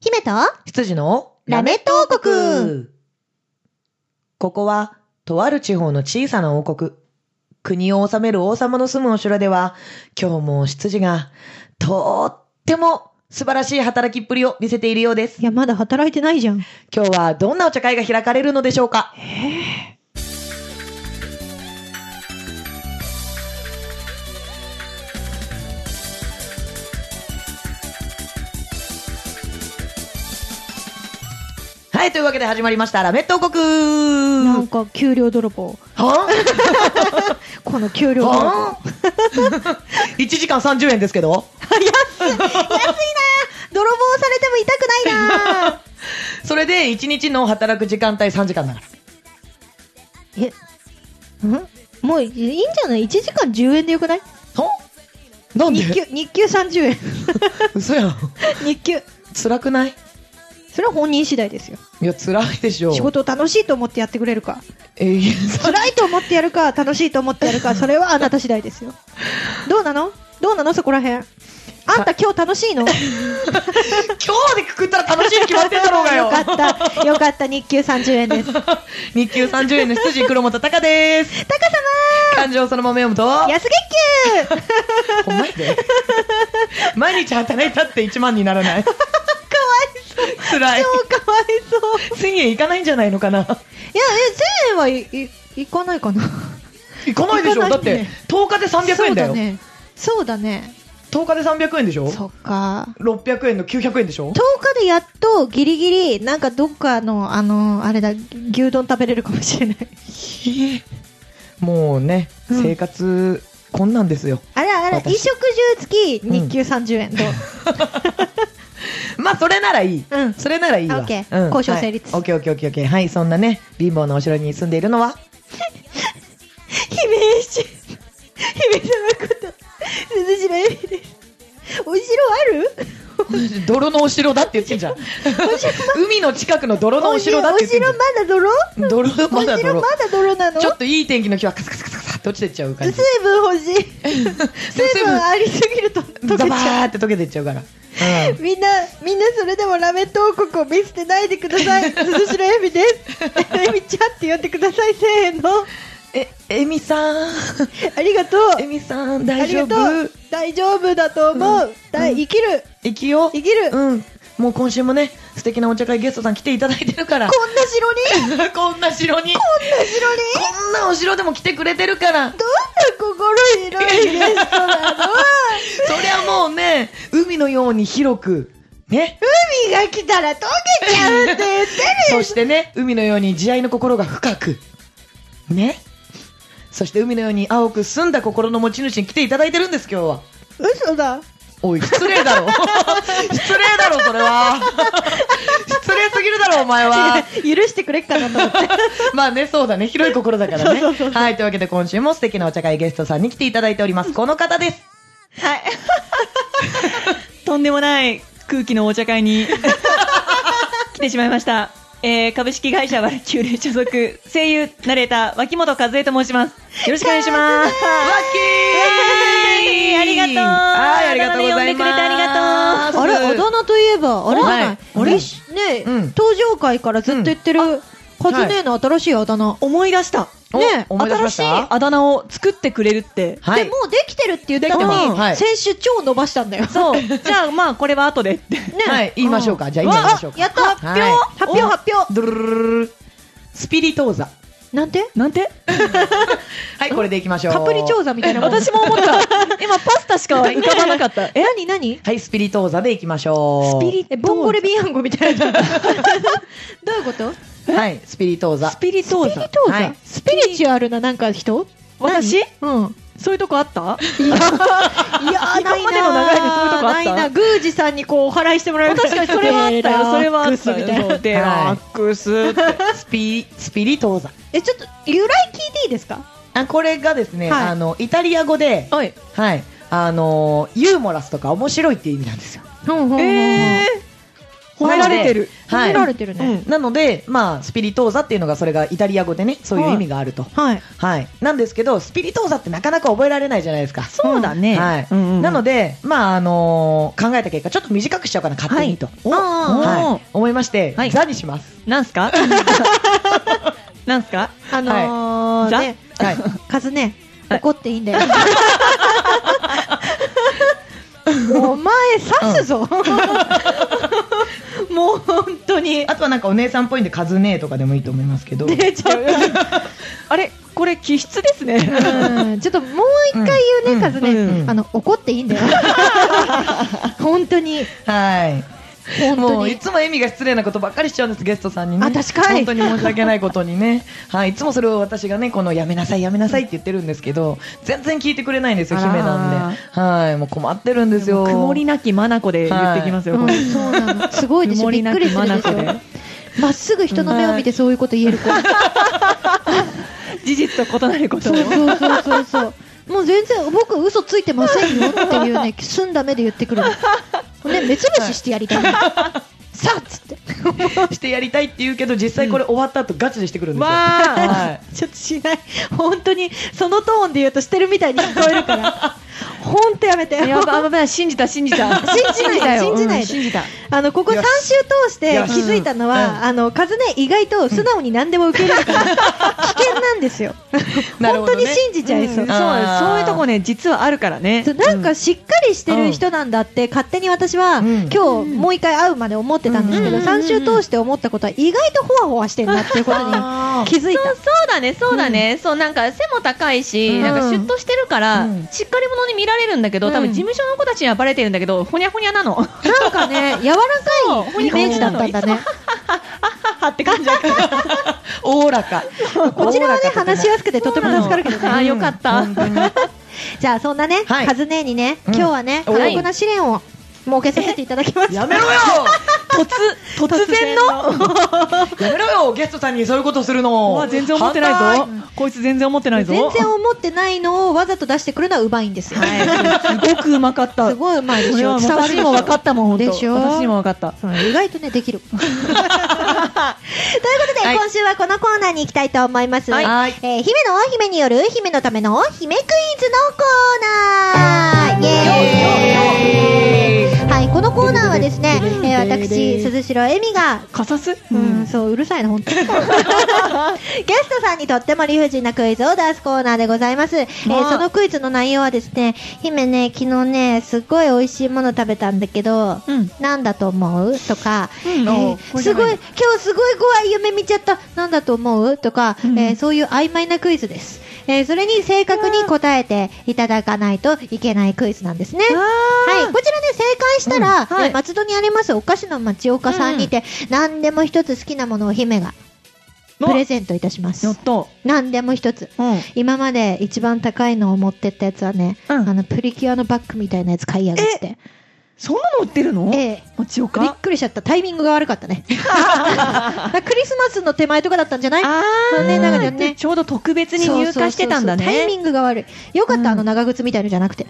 姫と羊のラメット王国ここは、とある地方の小さな王国。国を治める王様の住むお城では、今日も羊が、とーっても素晴らしい働きっぷりを見せているようですい。や、まだ働いてないじゃん。今日はどんなお茶会が開かれるのでしょうかはい、というわけで始まりました、ラメット王国なんか、給料泥棒。はこの給ん料泥棒。 はん ?1 時間30円ですけど。泥棒されても痛く ないなそれで1日の働く時間帯3時間だから。え、んもういいんじゃない ?1 時間10円でよくないほんなん日で給、日給30円。 嘘やん。日給。辛くないそれは本人次第ですよ。いや、辛いでしょう。仕事を楽しいと思ってやってくれる か。えーいやさ辛いと思ってやるか、楽しいと思ってやるか、それはあなた次第ですよ。どうなのどうなのそこらへん。あんた今日楽しい の 今日でくくったら楽しいに決まってんだろうが よ。よかった。よかった。日給30円です。タカ 日給30円の羊黒本隆です。様感情そのまま読むと、安月給ほんまやで。 毎日働いたって1万にならない。かわいそう。辛い。超かわいそう。 1000円いかないんじゃないのかな。いや、え、1000円はい、い、いかないかな。いかないでしょ。いかだないねって、10日で300円だよ。そうだね。そうだね。 10日で300円でしょ。そっか。 600円の900円でし10。ょ日でやっとギリギリ、なんかどっかの、あの、あれだ、牛丼食べれるかもしれない。もうね、うん生活、こんなんですよ。あれあれ、衣私食住付き、日給30円 と。まあ、それならいい。うんそれならいいわ。オッケーうん交渉成立はいオッケーオッケーオッケーオッケー。はい、そんなね、貧乏なお城に住んでいるのは、姫石姫様こと鈴代エミですお城ある泥のお城だって言って んじゃん。海の近くの泥のお城だって言ってんじゃお城まだ泥ん。泥、まだお城泥ま。だ泥なのちょっといい天気の日はカサカサカサカサって落ちてっちゃう感水じ。分欲 しい水分ありすぎると溶けザちバゃーって溶けてっちゃう から。うんうみんなみんなそれでもラメット王国を見捨てないでください 鈴代エミですエミちゃんって呼んでくださいせーのえ、えみさん。ありがとうえみさん、あ大り丈がと夫う大丈夫だと思う、だ生きる生きよう。生きる、こんうん。もう今週もね、素敵なお茶会ゲストさん来ていただいてるから。な城にこんな城に。こんな城にこんなお城でも来てくれてるかどんら。な心広いゲストなのそりゃもうね、海のように広く、ね。海が来たら溶けちゃうって言ってそしてね、海のように慈愛の心が深く、ね。そして海のように青く澄んだ心の持ち主に来ていただいてるんです、今日は。る嘘だおい、失礼だろ。 失礼だろ、それは。 失礼すぎるだろ、お 前は。違う 許してくれっかなと思ってまあね、そうだね。広い心だからねそうそうそう。はい、というわけで今週も素敵なお茶会ゲストさんに来ていただいております。この方です。はいとんでもない空気のお茶会に来てしまいました、えー、株式会社バルキューレ所属声優ナレーター脇本和恵と申しますよろしくお願いしますワッキーありがとうはい、ありがとうございます。あだ名であれあだ名といえばあれじゃない、はいあれいしね、うん登場会からずっと言ってる、はずねえの新しいあだ名、思い出したおね思い出しま新ししたいあだ名を作ってくれるってはいでもうできてるって言ったのできてまに、すはい先週超伸ばしたんだよ そうじゃあまあこれは後でってねはい、言いましょうか。じゃあ、今言いましょうあやか。った発表、はい発表お発表ドゥルルルルルスピリトーザ。なんてなんてはい、これでいきましょう。カプリ調査みたいなもん私も思った今パスタしか浮かばなか ったえ何何はい、スピリトーザでいきましょう。えボンゴレビアンゴみたいな どういうことはい、スピリトーザス。ピリトーザどうはいぞスピリチュアルななんか人私うんそういうとこあったいやいやーな今いまでの流れでそういうとこあったなないな宮司さんにこうお祓いしてもらう確かに それはあったよそれはあったよみたいなそうデラックスってスピ、スピリトーザ。えちょっと由来聞いていいですかあ、これがですね、はいあの、イタリア語で、はい。はい、あの、ユーモラスとか面白いっていう意味なんですよ。ほんほんほんほんえー、褒められてる。なのでは褒いめられてるね。うんなので、まあ、スピリトーザっていうのがそれがイタリア語でねそういう意味があると、はいはい。なんですけどスピリトーザってなかなか覚えられないじゃないですか。そうだね。はいなので、まああのー考えた結果ちょっと短くしちゃおうかな勝手にと、おは、はい思いまして、はいザにします。い。なんす かなんすかあのー、はいね、はい、カズね、はい怒っていい んだよ。お前刺すぞ。もう本当に。あとはなんかお姉さんっぽいんでカズネーとかでもいいと思いますけど。出ちゃう。あれこれ気質ですね。うんちょっともう一回言うね、うんカズうんねう。んあの、怒っていいんだよ。 本当に、はい。本も当ういに。つも意味が失礼なことばっかりしちゃうんですゲストさんにねあ確かに本当に申し訳ないことにねはいいつもそれを私がねこのやめなさいやめなさいって言ってるんですけど全然聞いてくれないんですよあら姫ーなんではいもう困ってるんですよ曇りなき眼で言ってきますよ、うこれんそうなの。すごいでしょ。曇びりっなくきりする眼でしでょ。まっすぐ人の目を見てそういうこと言える子。事実と異なることをそうそうそうそうそう。もう全然僕嘘ついてませんよっていうね、澄んだ目で言ってくるの。ね、目つぶししてやりたい。さあっつって。してやりたいって言うけど実際これ終わった後ガチでしてくるんですよ、はわー、 ちょっとしない。本当に、そのトーンで言うとしてるみたいに聞こえるから。ほんとやめて。やばい危ない信じた信じた信じないで信じないでうん信じたあの、ここ3よ週し通して気づいたのよしうは、んあの、カズネ意外と素直に何でも受け入れるから、危険なんですよ。なる本ほ当どにね信じちゃいそううん。そうあーそういうとこね実はあるからねそうなんかしっかりしてる人なんだって、勝手に私は、うん今日もう一回会うまで思ってたんですけど、うん3週通して思ったことは意外とほわほわしてるなっていうことにあー気づいたそうだね、そうだね、そうなんか背も高いし、うんなんかシュッとしてるから、うんしっかり者に見られるんだけど、多分事務所の子たちにはバレてるんだけど、ほにゃほにゃなの。なんかね柔らかいイメージだったんだねはって感じだからおおらかこちらはねおおらかとても話しやすくてとても助かるけどねあーよかった。じゃあそんなね、はいカズネにね、うん今日はね過はい酷な試練を設けさせていただきましたやめろよ突突然のやめろよゲストさんにそういうことするのうわ全然思ってないぞこいつ全然思ってないぞ全然思ってないのをわざと出してくるのはうまいんですよ、はいすごくうまかったすごいうまいでこしれはょもう私にも分かったもん本当でしょ私にも分かったうん意外とね、できる。ということで、はい今週はこのコーナーに行きたいと思います。はいはいえー姫のお姫による姫のための姫クイズのコーナーイエーイはい、このコーナーはですね、えー私、鈴代恵美が、かさすう、うんんそう、うるさいな、本当に。ゲストさんにとっても理不尽なクイズを出すコーナーでございます。えーそのクイズの内容はですね、姫ね、昨日ね、すごい美味しいもの食べたんだけど、うんなんだと思うとか、えおうーすごい、今日すごい怖い夢見ちゃった、なんだと思うとか、えーそういう曖昧なクイズです。えーそれに正確に答えていただかないといけないクイズなんですね。はい、こちらね、正解したら、はいえー松戸にありますお菓子の町岡さんにて、何でも一つ好きなものを姫がプレゼントいたしまやっす。と何でも一つ。うん今まで一番高いのを持ってったやつはね、うんあのプリキュアのバッグみたいなやつ買いやがって。そんなの売ってるのええ町岡びっくりしちゃった。タイミングが悪かった ね。クリスマスの手前とかだったんじゃないあそうね、なんかーね。ちょうど特別に入荷してたんだねそうそうそうそうタイミングが悪い。よかった、あの長靴みたいのじゃなく て。で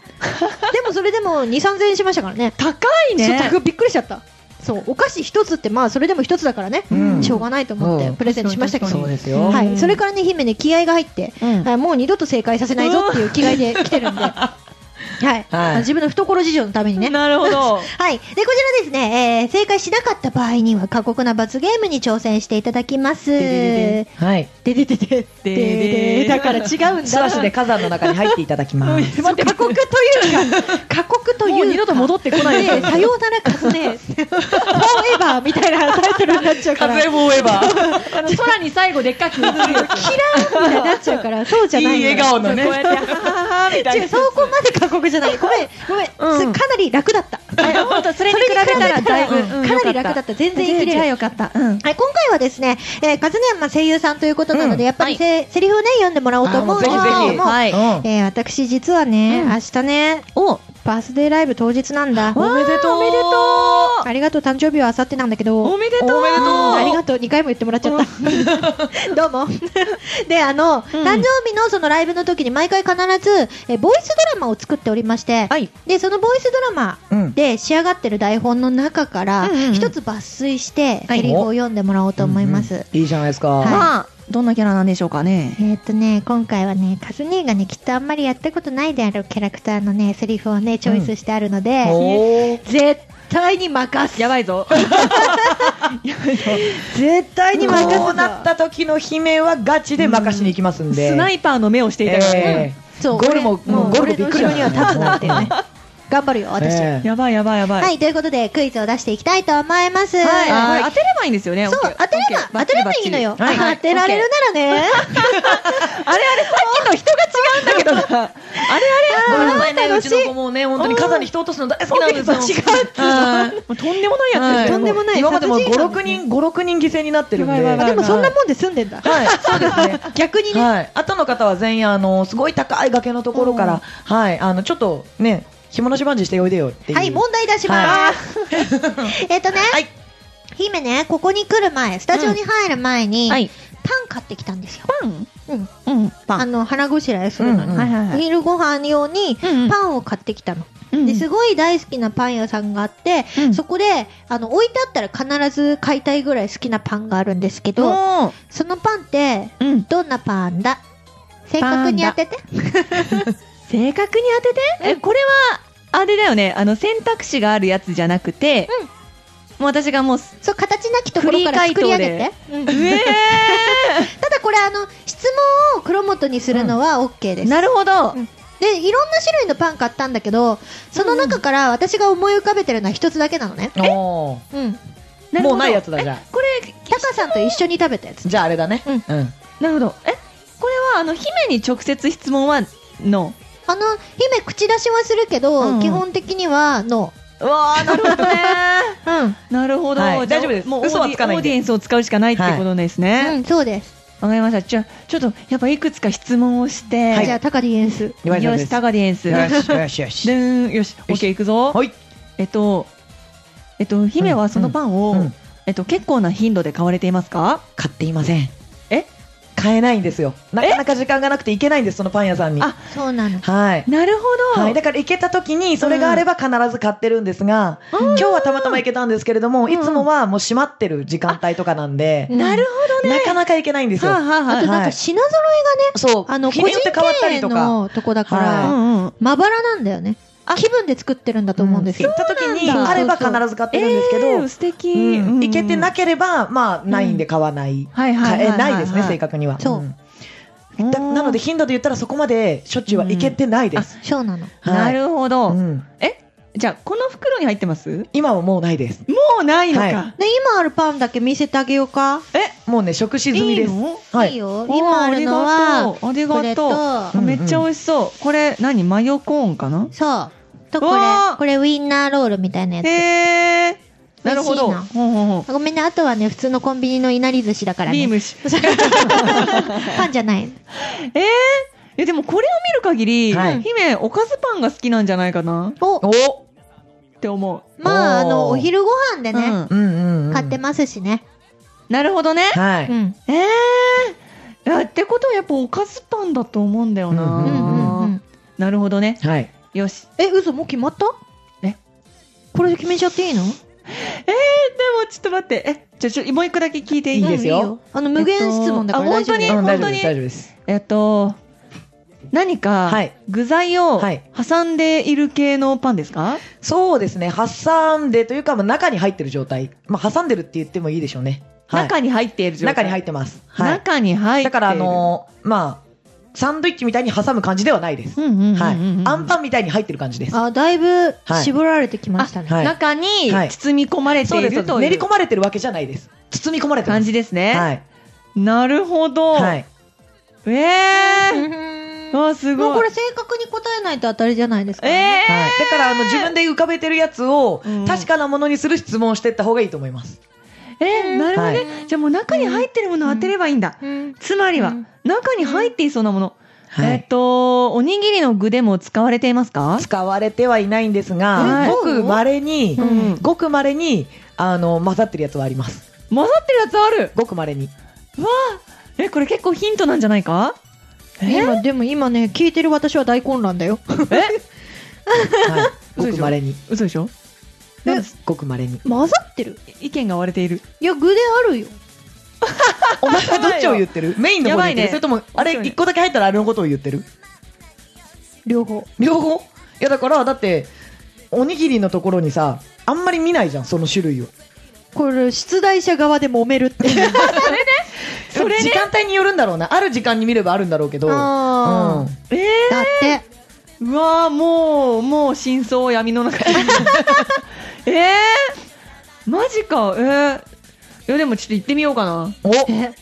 もそれでも2、3000円しましたからね。高いそうねたびっくりしちゃった。そう、お菓子一つって、まあ、それでも一つだからね、うんしょうがないと思ってうんプレゼントしましたけど、そうですよ、はうい、んそれからね、姫ね、気合が入って、うんあもう二度と正解させないぞっていう気概で来てる んで、はい、はい自分の懐事情のためにね。なるほどはい。で、こちらですね、えー正解しなかった場合には過酷な罰ゲームに挑戦していただきます。でではいでででででででだから違うんだ。素足で火山の中に入っていただきますそう過酷というか、過酷というか。もう二度と戻ってこないねさようならカズネ。フォーエバーみたいなタイトルになっちゃうから。風も追えばあの空に最後でっかく塗る よ。みたいになっちゃうから、そうじゃないいのいよ笑顔のねこうやってははははみたい違う、なそこまで過酷じゃ ない。ごめん、ごめん。うんすかなり楽だった。本当それに比べそれたにら比べただらいぶうんかなりよ楽だかっ。った全然全いけ然る。よかったうんはい、今回はですね、えー、カズネヤンマ声優さんということなので、うんやっぱりせ、セリフをね、読んでもらおうと思うんですけどあーもうぜひぜも、ひはいえー私実はね、明日ね、おバースデーライブ当日なんだ。おめでとうおめでとうありがとう、誕生日はあさってなんだけど。おめでとうおめでとうありがとう、2回も言ってもらっちゃった。 どうも。で、あの、誕生日のそのライブの時に毎回必ず、えボイスドラマを作っておりまして、はいで、そのボイスドラマうんで仕上がってる台本の中から、うんうんうん一つ抜粋して、はいセリフを読んでもらおうと思います。うんいいじゃないですか。はいまあ、どんなキャラなんでしょうかね。えーっとね、今回はね、カズ兄がね、きっとあんまりやったことないであろうキャラクターのね、セリフをね、チョイスしてあるので、おー絶対に任すやばいぞ。絶対に任すこうなった時の悲鳴はガチで任しに行きますんで。スナイパーの目をしていたよね。えーゴールも、もうゴールびっくり俺の後だろには立つなっていう ね頑張るよ私、ええやばいやばいやばい。はいということでクイズを出していきたいと思います、は。はいい当てればいいんですよね。そうオッケー当てれば当てればいいのよ、当てられるならねあれあれ、さっきの人が違うんだけどな。あれこあれ、の前ね、楽うしちいの子もね、本当に傘に人落とすの大好きなんですよ。違う。もうとんでもないやつはですよとんでもない今までも殺人5、犯です6人、5、6人犠牲になってるんで。やばいやばいでやばもそんなもんで済んでんだはい、そうですね。逆にね、はい、後の方は全員あのすごい高い崖のところから、はい、あのちょっとね紐のしばんじしておいでよっていう。はい、問題出します。 えっとね、はい姫ね、ここに来る前、スタジオに入る前に、はいパン買ってきたんですよ。パンうん。うん、パあン。の、腹ごしらえするのに。うんうんはいはいはいお昼ご飯用に、うんうんパンを買ってきたの。うんですごい大好きなパン屋さんがあって、うんそこで、あの、置いてあったら必ず買いたいぐらい好きなパンがあるんですけど、どそのパンって、ううん。どんなパンだ正確に当てて。正確に当てて。え、これは、あれだよね。あの、選択肢があるやつじゃなくて、うんもう私がもう、そう、形なきところから作り上げて。うんえただこれあの質問を黒本にするのは OK です、なるほど。でいろんな種類のパン買ったんだけどその中から私が思い浮かべてるのは一つだけなのねおうんーもうないやつだじゃこれ、タカさんと一緒に食べたやつあ。じゃああれだね。うんうん。なるほど。え、これは、あの、姫に直接質問は、の。あの姫口出しはするけど、うん基本的にはノうわあなるほどね。ーうん、 なるほど。はいじゃあ大丈夫ですもうオーディ嘘はつかないんでオーディエンスを使うしかないってことですね。うん、そうです、わかりました。じゃあ、ちょっと、やっぱいくつか質問をして、はいじゃあタカディエンス岩井さんよでし、すタガディエンス。よでしよしよし。ーん、よし、オッケーいくぞ。はい。えっと、えっと、姫はそのパンを、うんうんえっと、結構な頻度で買われていますか買っていません。え買えないんですよ。なかなか時間がなくて行けないんですそのパン屋さんに。あそうなのはい。なるほど。はい、だから行けた時にそれがあれば必ず買ってるんですが、今日はたまたま行けたんですけれども、いつもはもう閉まってる時間帯とかなんで、なるほどね。なかなか行けないんですよ。はあはあはああとなんはかい品揃えがねそう、あの日個に人よって変わった経り営とか。のとこだから、はうんうん。まばらなんだよね気分で作ってるんだと思うんです行よっ、た時にそうなんだあれば必ず買ってるんですけど、えー素敵。うんうん行けてなければ、まあ、ないんで買わない。はいはいはい買はえいはいないですね、正確には。そうんうんだなので、頻度で言ったらそこまでしょっちゅうは行けてないです。そうなのはないるほど。うんじゃあ、この袋に入ってますも今はもうないです。うないのか。はで今あるパンだけ見せてあげようか、もうね、食し済みです。いいのはいいい。よ今あるのはありこがれとうとありがとうめっちゃ美味しそうこれ何マヨコーンかなそうとこれわーこれウインナーロールみたいなやつへえなるほど美味しほうほうほあごめんねあとはね普通のコンビニのいなり寿司だかうらビーねムしパンじゃない えーいやでもこれを見る限り、はい姫おかずパンが好きなんじゃないかなおおって思う、まああおーのお昼ご飯でうねんうんうんうん。買ってますしねなるほどねはい。うんええー、いやってことはやっぱおかずパンだと思うんだよな、うんうんうんうんなるほどねはい。よしえ嘘もう決まったえこれで決めちゃっていいのえー、でもちょっと待ってえじゃあちょもう一個だけ聞いていいいいですようんあの無限質問だからえ大っと丈夫あ本当にうん大丈夫で本当にす、大丈夫です。えっと、何かはい具材をはい挟んでいる系のパンですか、そうですね、挟んでというか、まあ、中に入ってる状態。まあ、挟んでるって言ってもいいでしょうね。はい、中に入っている状態中に入っってます。てはい。中に入っているだから、あのーまあ、サンドイッチみたいに挟む感じではないです。うんうんうんうんはい。アンンパンみたいに入ってる感じです。あだいぶはい絞られてきましたね、はい中にはい包み込まれてそういですそうるです。とい練りう込まれてるわけじゃないです。包み込まれてます。感じですね、はい。なるほど、はい。ええうんー、わあすごいもうこれ正確に答えないと当たりじゃないですか、えね、えはい、だからあの自分で浮かべてるやつをうん確かなものにする質問をしていった方がいいと思います。ー、えーなるほどね、じゃあもう中に入ってるものを当てればいいんだ、うんつまりは、うん中に入っていそうなもの、はえっい。と、おにぎりの具でも使われていますか使われてはいないんですはが、いごく稀にう、んごく稀に、あの、混ざってるやつはあります。混ざってるやつあるごく稀に。え、これ結構ヒントなんじゃないか 今でも今ね聞いてる私は大混乱だよはい。ご 嘘でしょく稀に。嘘でしょなんですごく稀に。 混ざってる意見が割れている。いや具であるよお前はどっちを言って るメインの方を言ってる、やばいねそれとも、あれ、面白いね一個だけ入ったらあれのことを言ってる両方両方いや、だから、だって、おにぎりのところにさ、あんまり見ないじゃん、その種類を。これ出題者側で揉めるっていう それね時間帯によるんだろうな。ある時間に見ればあるんだろうけど。あーうんえだってー、うわー、もう、もう真相を闇の 中に。えー、マジか。えー、いや、でもちょっと行ってみようかな。おえ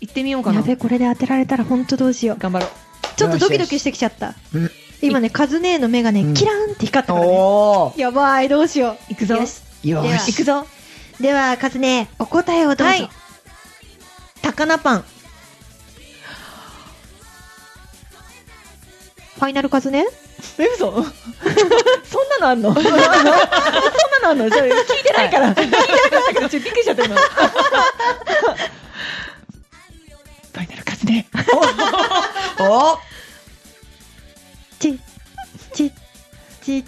行ってみようかやな。べこれで当てられたら本当どうしよう頑張ろう。ちょっとドキドキしてきちゃったうん今ねカズネーの目がうねんキラーンって光ったからねおーやばいどうしよ行くぞ。よ行しよではし。くぞ。うではカズネーお答えをどうぞ、はい高菜パン。ファイナルカズネーえ、嘘 そんなのあんの そんなのあんのじゃあ聞いてないから。聞いてなかったけど、ちょっとびっくりしちゃった今。 ファイナルカズね。おちちち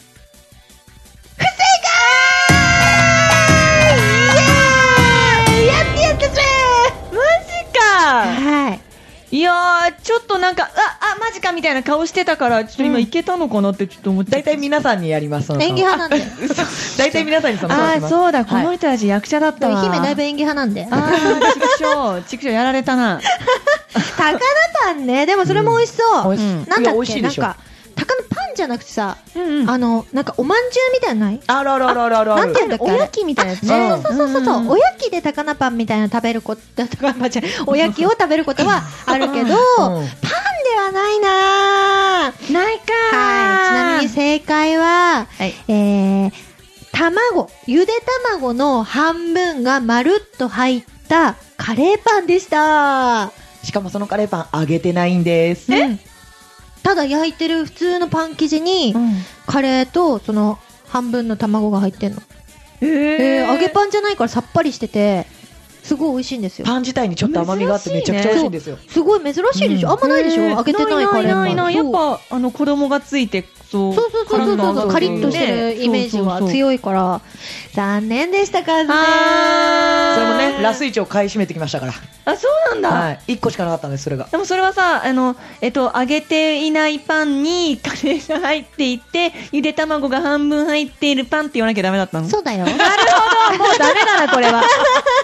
マジかはいいやー、ちょっとなんか、あ、あ、マジかみたいな顔してたから、ちょっと今いけたのかなってちょっと思って。大体皆さんにやります、その演技派なんで大体皆さんにそのあしー、ますそうだ、この人たち役者だっでたもわ。姫だいぶ演技派なんであー、ちくしょう、ちくしょうやられたな。高菜パンねでもそれも美味しそう、美味しいうんなんいだや美っ味しけいなでんしょ。か高菜パンじゃなくてさ、うんうん。あのなんかおまんじゅうみたいなのないあるあるあるあるあるあなんるていうんだっけおやきみたいなやつねあそうそうそうそうそう、うんおやきで高菜パンみたいなの食べること 高菜パンじゃないおやきを食べることはあるけど、パンうんではないなぁないかーはい。ちなみに正解は、はいえー、卵、ゆで卵の半分がまるっと入ったカレーパンでした。しかもそのカレーパン揚げてないんです。えただ焼いてる普通のパン生地に、うんカレーとその半分の卵が入ってんの。ええー、揚げパンじゃないからさっぱりしてて、すごい美味しいんですよ。パン自体にちょっと甘みがあってめちゃくちゃ美味しいんですよ。すごい珍しいでしょ、うんあんまないでしょ揚げてないカレーパン。ないないないやそうっぱあの子供がついてそうそうそうそうそうそうそう、カリッとしてるイメージは強いから、残念でした、カズねそれもあね、ラスイチを買い占めてきましたから。あそうなんだ、はい。一個しかなかったんです、それが。でもそれはさあの、えっと、揚げていないパンにカレーが入っていてゆで卵が半分入っているパンって言わなきゃダメだったのそうだよ。もうダメだなこれ は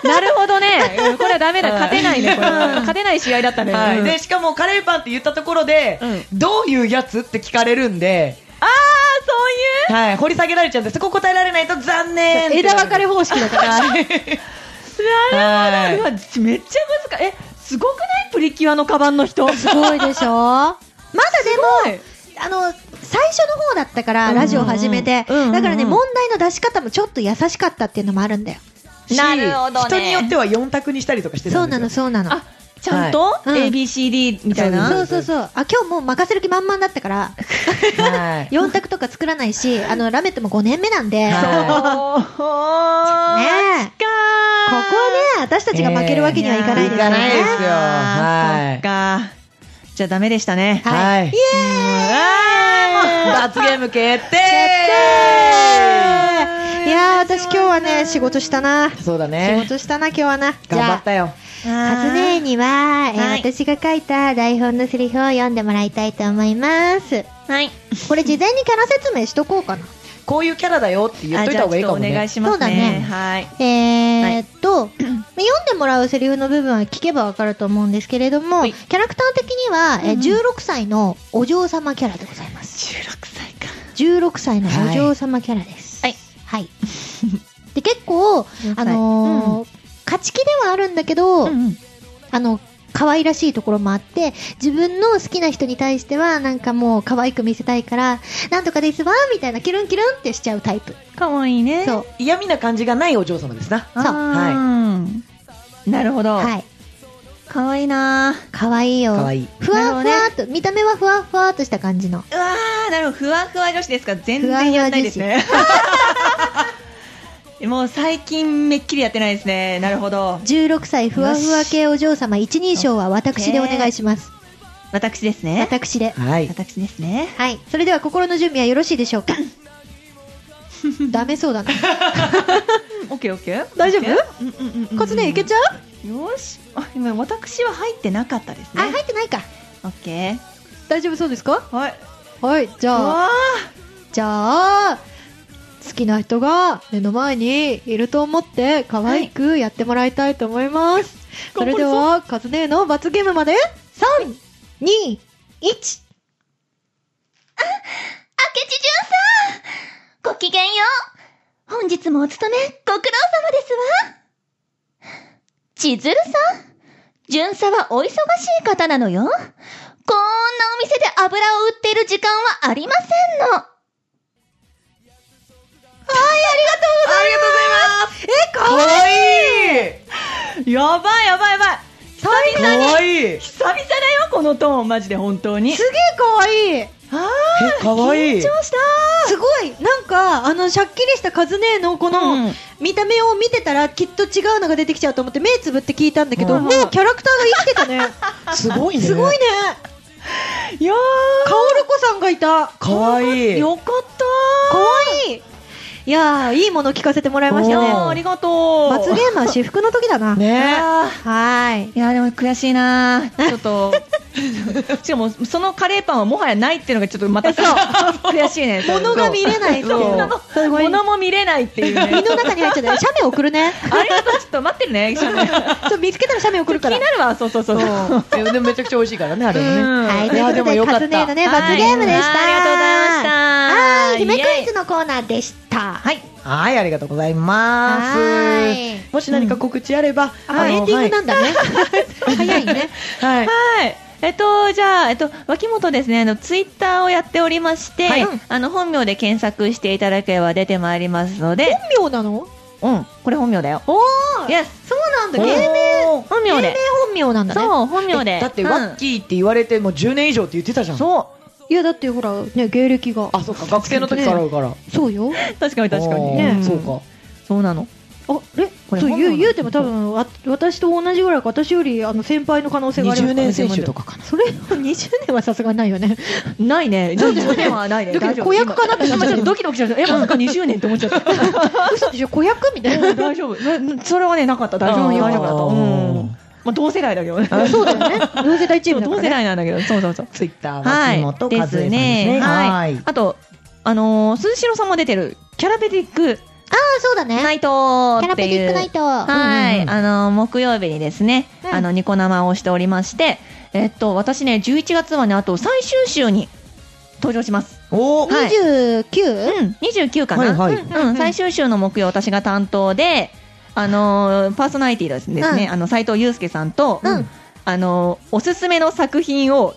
なるほどねこれはダメだ勝てないねこれは勝てない試合だったはい。で、しかもカレーパンって言ったところで、うどういうやつって聞かれるんで、ああそうはい。掘り下げられちゃうんで、そこ答えられないと残念って枝分かれ方式だから。はいういわめっちゃ難しいえすごくないプリキュアのカバンの人すごい でしょまだでも、あの、最初の方だったから、ラジオ始めて。うんうんうんうんだからね、問題の出し方もちょっと優しかったっていうのもあるんだよ。しなるほどね人によっては4択にしたりとかしてそたうんでなすよの、そうなの。あちゃんと、うん ABCD みたいなそうそうそう。あ、今日もう任せる気満々だったから、はい4択とか作らないし、あの、ラメットも5年目なんで。ねはいえ。かここはね、私たちが負けるわけにはいかないですからええいかないですね。よはいそっかじゃあダメでしたねは。はいい。罰ゲーム決定いやー、私今日はね、仕事したな。そうだ仕ね。事したな、今日はな。じ頑張っゃあ、たよ。カズネーには、えーはい私が書いた台本のセリフを読んでもらいたいと思います。はいこれ事前にキャラ説明しとこうかな。こういうキャラだよって言っといた方がいいかもあじゃあちょっとお願いね。しますねそうだねはいえー、っと、読んでもらうセリフの部分は聞けばわかると思うんですけれども、はキいャラクター的には、えー16歳のお嬢様キャラでございます。 16歳か16歳のお嬢様キャラです。はい。はい。 で、結構、あのー勝ち気ではあるんだけど、うんあの、可愛らしいところもあって、自分の好きな人に対しては、なんかもう可愛く見せたいから、なんとかですわ、みたいな、キュルンキュルンってしちゃうタイプ。かわいいねそう。嫌味な感じがないお嬢様ですな。そうあーなるほどはい。かわいいなかわいいよ。かわいいふわふわっと、見た目はふわふわっとした感じの。うわー、なるほど。ふわふわ女子ですか全ふわふ然わやんないですね。 もう最近めっきりやってないですね。なるほど。 16歳ふわふわ系お嬢様一人称は私でお願いします。私ですね。私で。はい。私ですね。はい。それでは心の準備はよろしいでしょう かダメそうだな。オッケーオッケー。大丈夫うんうんうんうん。コツね、いけちゃうよし。あ、今私は入ってなかったですあ、ね。入ってないか。オッケ大丈夫そうですかー。はい。はい。じうゃあ、わじゃあ、好きな人が目の前にいると思って可愛くやってもらいたいと思います。それでは、カズネーの罰ゲームまで、3、2、1。明智潤さんごきげんよう本日もお勤めご苦労様ですわ千鶴さん巡査はお忙しい方なのよこんなお店で油を売っている時間はありませんのかわいーやばいやばいやばい。いかわいいえ、久々だよ、このトーン。マジで本当に。すげえ可愛いかわいいしたすごいなんか、あの、シャッキリしたカズネーのこの、うん見た目を見てたらきっと違うのが出てきちゃうと思って目つぶって聞いたんだけど、うんもうキャラクターが生きてたね。 すごいね。すごいね。いやカオルコさんがいた。かわいーい。よかった可愛いい。いやー、いいもの聞かせてもらいましいたやおねー。ーありがとう。罰ゲームは私服の時だな。ねあはーい。ーいやーでも悔しいなーちょ っとしかもそのカレーパンはもはやないっていうのがちょっとまたそう悔しいね物が見れないっていうそうすごい物も見れないっていうね身の中に入っちゃった。写メ送る ね。ありがとうちょっと待ってるね気になちょっと見つけたら写メ送るから。るわそうそうそうそうえでもめちゃくちゃ美味しいからね、あれもね。うんはい、といやうでこもとで、よかカったズネーのね、はい罰ゲームでした。あはりい、がとうご姫ざいましたクイズのコーナーでした。はい。はい、ありがとうございまはす。い。もし何か告知あれば、あ、エンディングなんだ ね。早いね。はい。はいはい。えっと、じゃあ、えっと、脇本ですね、あの、ツイッターをやっておりまして、はいあの、本名で検索していただければ出てまいりますので、本名なのうん、これ本名だよ。おーいや、そうなんだ。おー芸名、本名で。本名なんだね。そう、本名で。だって、うんワッキーって言われてもう10年以上って言ってたじゃん。そう。いや、だってほら、ね、芸歴が。あ、そっか、学生の時からあるから。そうよ。確かに確かに。ねううんんそうか。そうなの。あ、え、これそう、本言名う、言うても多分、わ私と同じぐらいか、私より、あの、先輩の可能性があります20からね年選手とかかな。それ、20年 はさすがにないよね。ないね。20年はないね。だけど子役かなって今今ちょっとドキドキしちゃった。え、まさか20年って思っちゃった。嘘でしょ子役みたいな。大丈夫。なそれはね、なかった。大丈夫。うん大よかった丈夫だった。うん。まあ、同世代だけどね。そうだよ ね。同世代チームだから同世ね。代なんだけど。そうそうそう。ツイッターはは木本い。和江さんですですね。ははいい。。あと、あのー、鈴代さんも出てる、キャラペディックあ、そうだねナイトキャっラてペいテう。ィックナイト。はうんい。うんあのー、木曜日にですね、うんあの、ニコ生をしておりまして、えっと、私ね、11月はね、あと最終週に登場します。おーはい 29? うん、29かはな。いはい。うんううんん、最終週の木曜、私が担当で、あのーパーソナリティですね、うんあの斉藤祐介さんと、うんあのーおすすめの作品を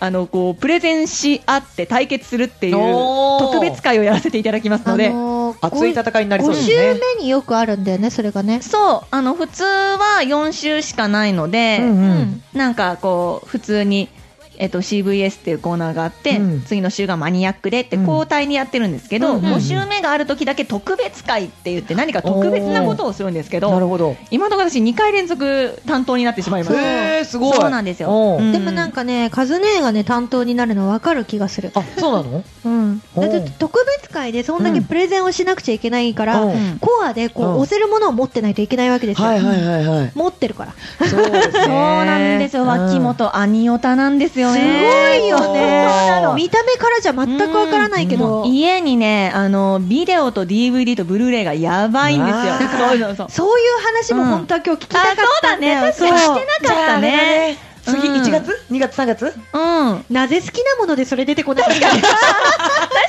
あのこうプレゼンし合って対決するっていうおー特別会をやらせていただきますので、のー熱い戦いになりそう5です週ね。目によくあるんだよね、それがね。そうあの普通は4週しかないので、うんううんん。なんかこう普通に。えっと、CVS っていうコーナーがあって、うん次の週がマニアックでってうん交代にやってるんですけど、うんうんうん5週目がある時だけ特別会って言って何か特別なことをするんですけどなるほど。今のところ私2回連続担当になってしまいましたへー、すごい。そうなんですよおーうんでもなんかね、カズネーがね、担当になるの分かる気がする。あ、そうなのうん。だって特別会でそんだけプレゼンをしなくちゃいけないから、うんコアでこう、うん押せるものを持ってないといけないわけですよ。はいはいはいはい。持ってるから。そうですね。そうなんですよ脇本アニオタなんですよすねごいよね。そうなの見た目からじゃ全くわからないけもどう、家にねあのビデオと DVD とブルーレイがやばいんですよあーそうそうそうそういう話も本当は今日聞きたかあそうっただんだよ。ね確かにそうしてなかったねじゃああれだうんね次、1月 ?2 月 ?3 月うんなぜ好きなものでそれ出てこなかった 確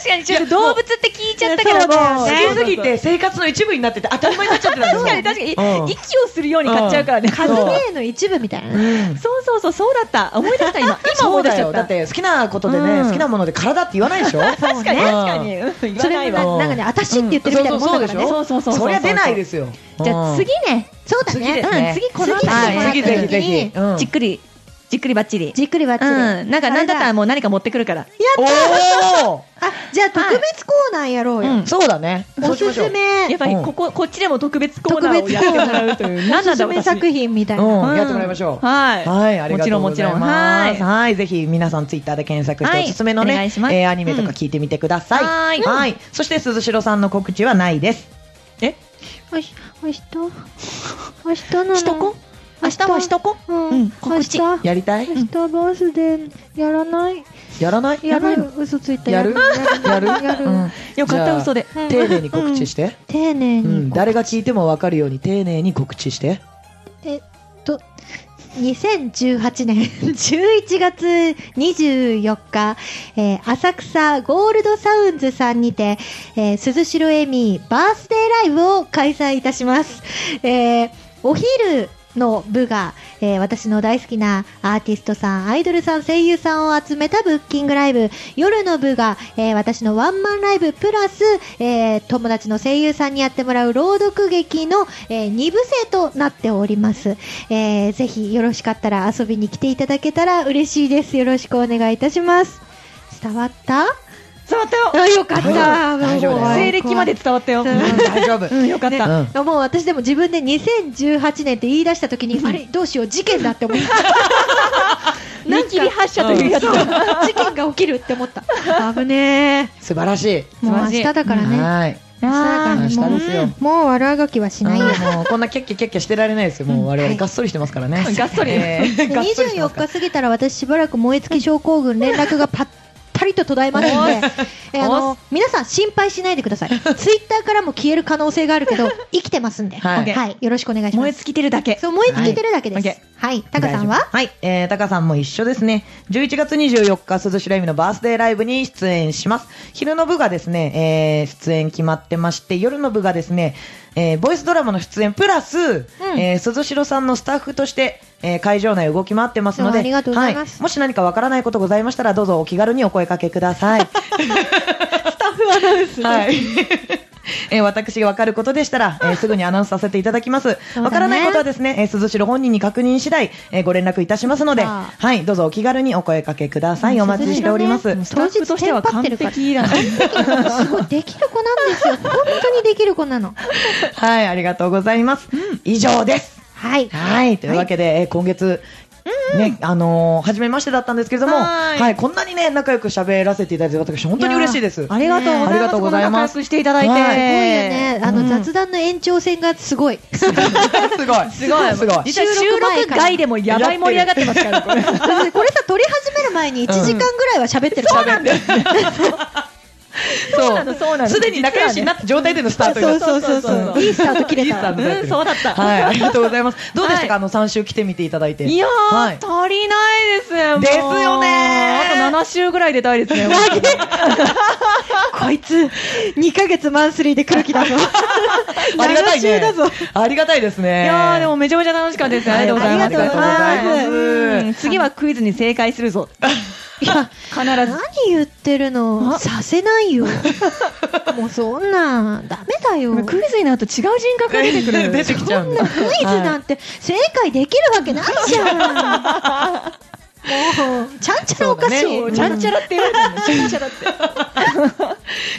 かにちょっと動物って聞いちゃったけどそうだよ好ねきねすぎて生活の一部になってて当たり前になっちゃってたんですよ確かに確かに、うん息をするように買っちゃうからね、カズネーの一部みたいなね。うんそうそうそうそうだった思い出した今今そ思うい出しだちゃっよ。だたって好きなことでね、うん好きなもので体って言わないでしょ確かに確かに、うん、言そわれないもわななんかね、私って言ってるみたいなもんだからそうね。そうそうそうそうそりゃ出ないですよ。じゃあ次ね、そうだ次ね。ですねうん、次この後次はい次ぜひぜひ。うんじっくり、じっくりばっちり。じっくりばっちうり。ん。なんか、なんだったらもう何か持ってくるから。おあ、じゃあ特別コーナーやろううよ。おそうだね。そおうしますしょうすめやっ、ぱり、うんここ、こっちでも特別コー特ナーを別やコってーもらナう。ー。お何なすんだす私め作品みたいな。うん、やってもらいましょう。はい。はい、ありがとうごもちろざんいもちろんまはす。いはい、ぜひ皆さんツイッターで検索してはおいすすめのお願ね、いしますえーアニメとか聞いてみてください。うんはいはい。そして鈴代さんの告知はないです。おし、おしと、おしとなの。しとこ明日はしとこうん。うん明告日、知明やりたい？日バースデーやらない。やらない？やないるの？。嘘ついた。やる？ややる。？るやる。うんよかっじゃた、あ嘘で。うん丁寧に告知して。丁寧うにん。。誰が聞いてもわかるように丁寧に告知して。えっと、2018年 11月24日、えー浅草ゴールドサウンズさんにて、えー鈴代エミーバースデーライブを開催いたします。えーお昼の部が、えー私の大好きなアーティストさん、アイドルさん、声優さんを集めたブッキングライブ。夜の部が、えー私のワンマンライブプラス、えー友達の声優さんにやってもらう朗読劇の、え2部制となっております、えーぜひよろしかったら遊びに来ていただけたら嬉しいです。よろしくお願いいたします。伝わった伝わったよあ、よかった。大丈夫もう西暦まで伝わったよ。ううんん大丈夫。うん、よかった。うん。もう私でも自分で2018年って言い出した時に、あれどうしよう事件だって思った見切り発車というやつそう事件が起きるって思った危ね素晴らしい。えもう明日だからねはい。明日だから明ねも日うですよ。もう悪あがきはしない ようんもうこんなキャッキャキャッキャしてられないですよ。もう我は々いがっそりしてますからね。 がっそりえーがっそりしてま24すから日過ぎたら私しばらく燃え尽き症候群連絡がパッタリと途絶えますので、えーあの皆さん心配しないでくださいツイッターからも消える可能性があるけど生きてますんで、はいはいよろしくお願いします燃え尽きてるだけ。そう燃え尽きてるだけです、ははいいタカさんははい、えー、タカさんも一緒ですね。11月24日、鈴代恵美のバースデーライブに出演します。昼の部がですね、えー、出演決まってまして、夜の部がですね、えー、ボイスドラマの出演プラス、えー、鈴代さんのスタッフとして、えー、会場内を動き回ってますどのうもで、ありがとうございますはもし何かわからないことございましたら、どうぞお気軽にお声かけく ださい。はい。 えー私が分かることでしたら、えーすぐにアナウンスさせていただきます。うだね分からないことはですね、えー、鈴代本人に確認次第、えーご連絡いたしますので、ああはい、どうぞお気軽にお声かけください。お待ちしております。鈴代ねスタッフとしては完璧だね。すごいできる子なんです よ。本当にできる子なの。 はい、ありがとうございます。以上です。はい。はい、というわけで、えー今月、ね、あのー初めましてだったんですけれども、ははーいいこんなにね、仲良く喋らせていただいて、私、本当に嬉しいです。ありがとうございます。ありがとうございますこんな仲良くしていただいて。はいすごいよね。あの雑談の延長線がすごい。 すごい。すごい。すごい。実は収録外でもやばい盛り上がってますから、これ。これさ、撮り始める前に1時間ぐらいは喋ってるから。そうなの そうなのすでに仲良しになった状態でのスタートになったそうそうそうそううんいいスタート切れいいスターた。トだったうん、そうだった。はい、ありがとうございます。どうでしたか、はあの3週来てみていただいて。いやー、はい足りないですね。もうですよねーあと7週ぐらい出たいですね。もうこいつ、2ヶ月マンスリーで来る気だぞ。ありがたいね7週だぞ。ありがたいですね。いやー、でもめちゃめちゃ楽しかったですね。ありがとうございあます。りがとうございますはうん次はクイズに正解するぞ。いや、必何言ってるのあさせない よ。もうそんな、ダメだよ。ず。クイズになると違う人格が出てくる。出てきちゃうんだ。クイズなんて正解できるわけないじゃ ん。もう、ちゃんちゃらおかしい。そうちゃんちゃらって言われてるのちゃんちゃらって。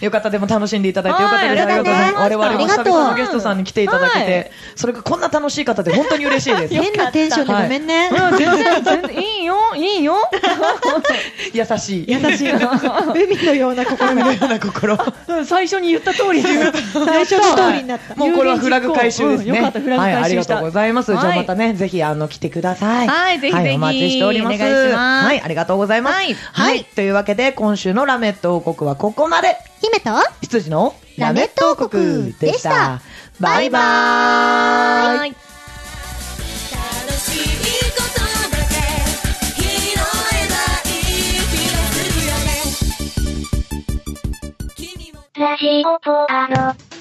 よかった、でも楽しんでいただいてよかったです。はいありがとうございま我した々も久々のゲストさんに来ていただけはて、それがこんな楽しい方で本当に嬉しいです。変なテンションでごめんね。うん全然、全然、いいよ、いいよ。優しい。優 しいな。海のような心がのような心。うん 最初に言った通りで言う最初の通りになった。もうこれはフラグ回収ですね。有言実行うんよかったフラグ回収したはい、ありがとうございます。はいじゃあまたね、ぜひ、あの、来てください。はいぜひぜひお待ちしております。お願いしますはい、ありがとうございます。はいはい。というわけで、今週のラメット王国はここまで。姫と羊のラメット王国でした。バイバーイ。楽しいことだけ拾えない気がするよね君もラジオポアド。